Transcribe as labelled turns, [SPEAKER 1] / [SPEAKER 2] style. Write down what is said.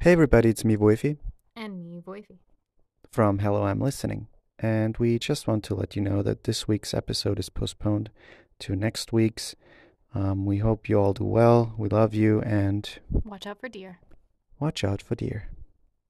[SPEAKER 1] Hey everybody, it's me Boyfi
[SPEAKER 2] And me, Voifi.
[SPEAKER 1] from Hello I'm Listening, and we just want to let you know that this week's episode is postponed to next week's. Um, we hope you all do well. We love you, and
[SPEAKER 2] Watch out for deer.
[SPEAKER 1] watch out for deer.